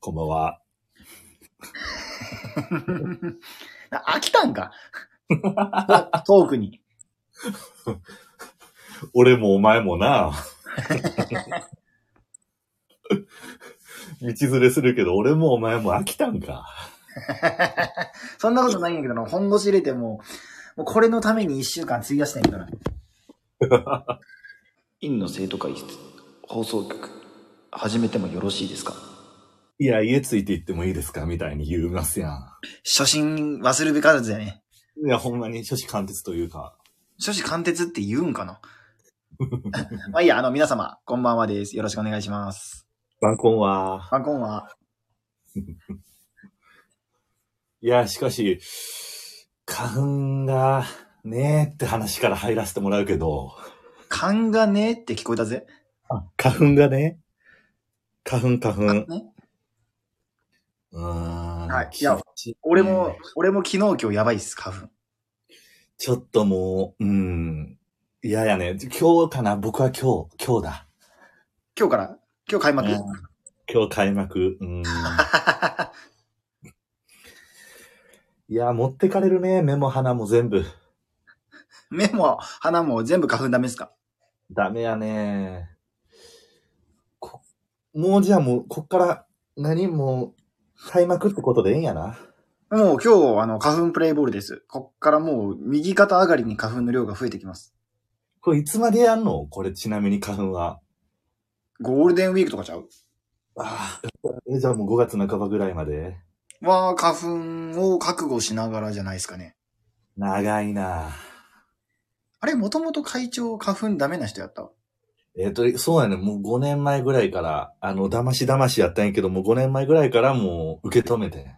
こんばんは。飽きたんか トークに。俺もお前も な。道連れするけど、俺もお前も飽きたんか。そんなことないんやけどな、本腰入れてもう、もうこれのために一週間費やしたんやから。院の生徒会室放送局始めてもよろしいですかいや、家ついて行ってもいいですかみたいに言うますや初心忘るべからずやね。ん。いや、ほんまに初子貫徹というか。初心貫徹って言う んかなまあいいや、あの、皆様、こんばんはです。よろしくお願いします。晩婚は。ファンコンは。いや、しかし、勘が、ねえって話から入らせてもらうけど。勘がねって聞こえたぜ。花粉がね。花粉、花粉。ね、うーん。はいいやきついね俺も、俺も昨日今日やばいっす、花粉。ちょっともう、うん。嫌やね。今日かな僕は今日、今日だ。今日から、今日開幕。うん今日開幕。うん。いや、持ってかれるね。目も鼻も全部。目も鼻も全部花粉ダメっすかダメやね。こもうじゃあもう、こっから、何もう、開幕ってことでええんやな。もう今日、あの、花粉プレイボールです。こっからもう、右肩上がりに花粉の量が増えてきます。これいつまでやんのこれちなみに花粉は。ゴールデンウィークとかちゃうああ。えじゃあもう5月半ばぐらいまで。は、花粉を覚悟しながらじゃないですかね。長いな。あれ、もともと会長花粉ダメな人やったわえっ、と、そうやね。もう5年前ぐらいから、あの、騙し騙しやったんやけど、もう5年前ぐらいからもう受け止めて。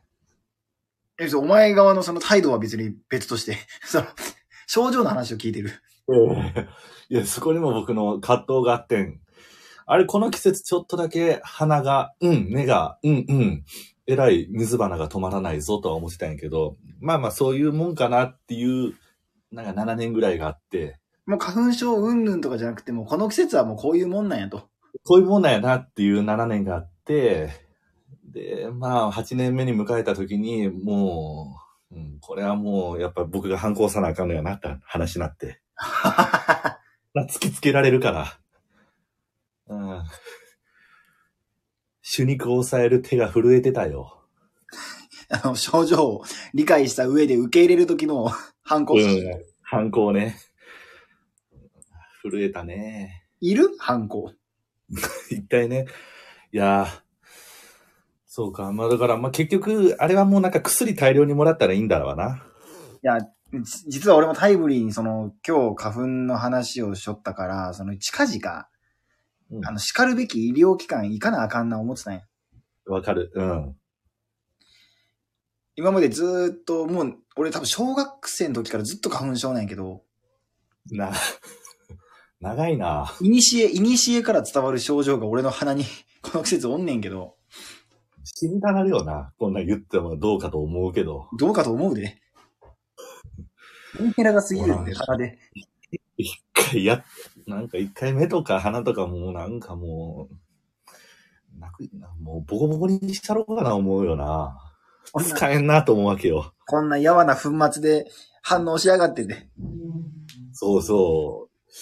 え、そうお前側のその態度は別に別として、 その、症状の話を聞いてる。 いや、そこにも僕の葛藤があってん。あれ、この季節ちょっとだけ鼻が、うん、目が、うん、うん、えらい水花が止まらないぞとは思ってたんやけど、まあまあそういうもんかなっていう、なんか7年ぐらいがあって、もう花粉症うんぬんとかじゃなくても、この季節はもうこういうもんなんやと。こういうもんなんやなっていう7年があって、で、まあ、8年目に迎えた時に、もう、うん、これはもう、やっぱ僕が反抗さなあかんのやなって話になって。まあ突きつけられるから。うん。主肉を抑える手が震えてたよ。あの、症状を理解した上で受け入れる時の反抗心。。反抗ね。震えたね。いる反抗。一体ね。いやーそうか。まあだから、まあ結局、あれはもうなんか薬大量にもらったらいいんだろうな。いや、じ実は俺もタイムリーにその、今日花粉の話をしょったから、その近々、うんあの、叱るべき医療機関行かなあかんな思ってたんや。わかる。うん。今までずーっと、もう、俺多分小学生の時からずっと花粉症なんやけど、な、 長いな。いにしえ、いにしえから伝わる症状が俺の鼻に、 この季節おんねんけど、死にたなるよな。こんなん言ってもどうかと思うけど。どうかと思うで。インヘラが過ぎるんで、ほら鼻で。一回や、なんか一回目とか鼻とかもうなんかもう、なく、なもうボコボコにしたろうかな思うよな。使えんなと思うわけよ。こんなやわな粉末で反応しやがってて。そうそう。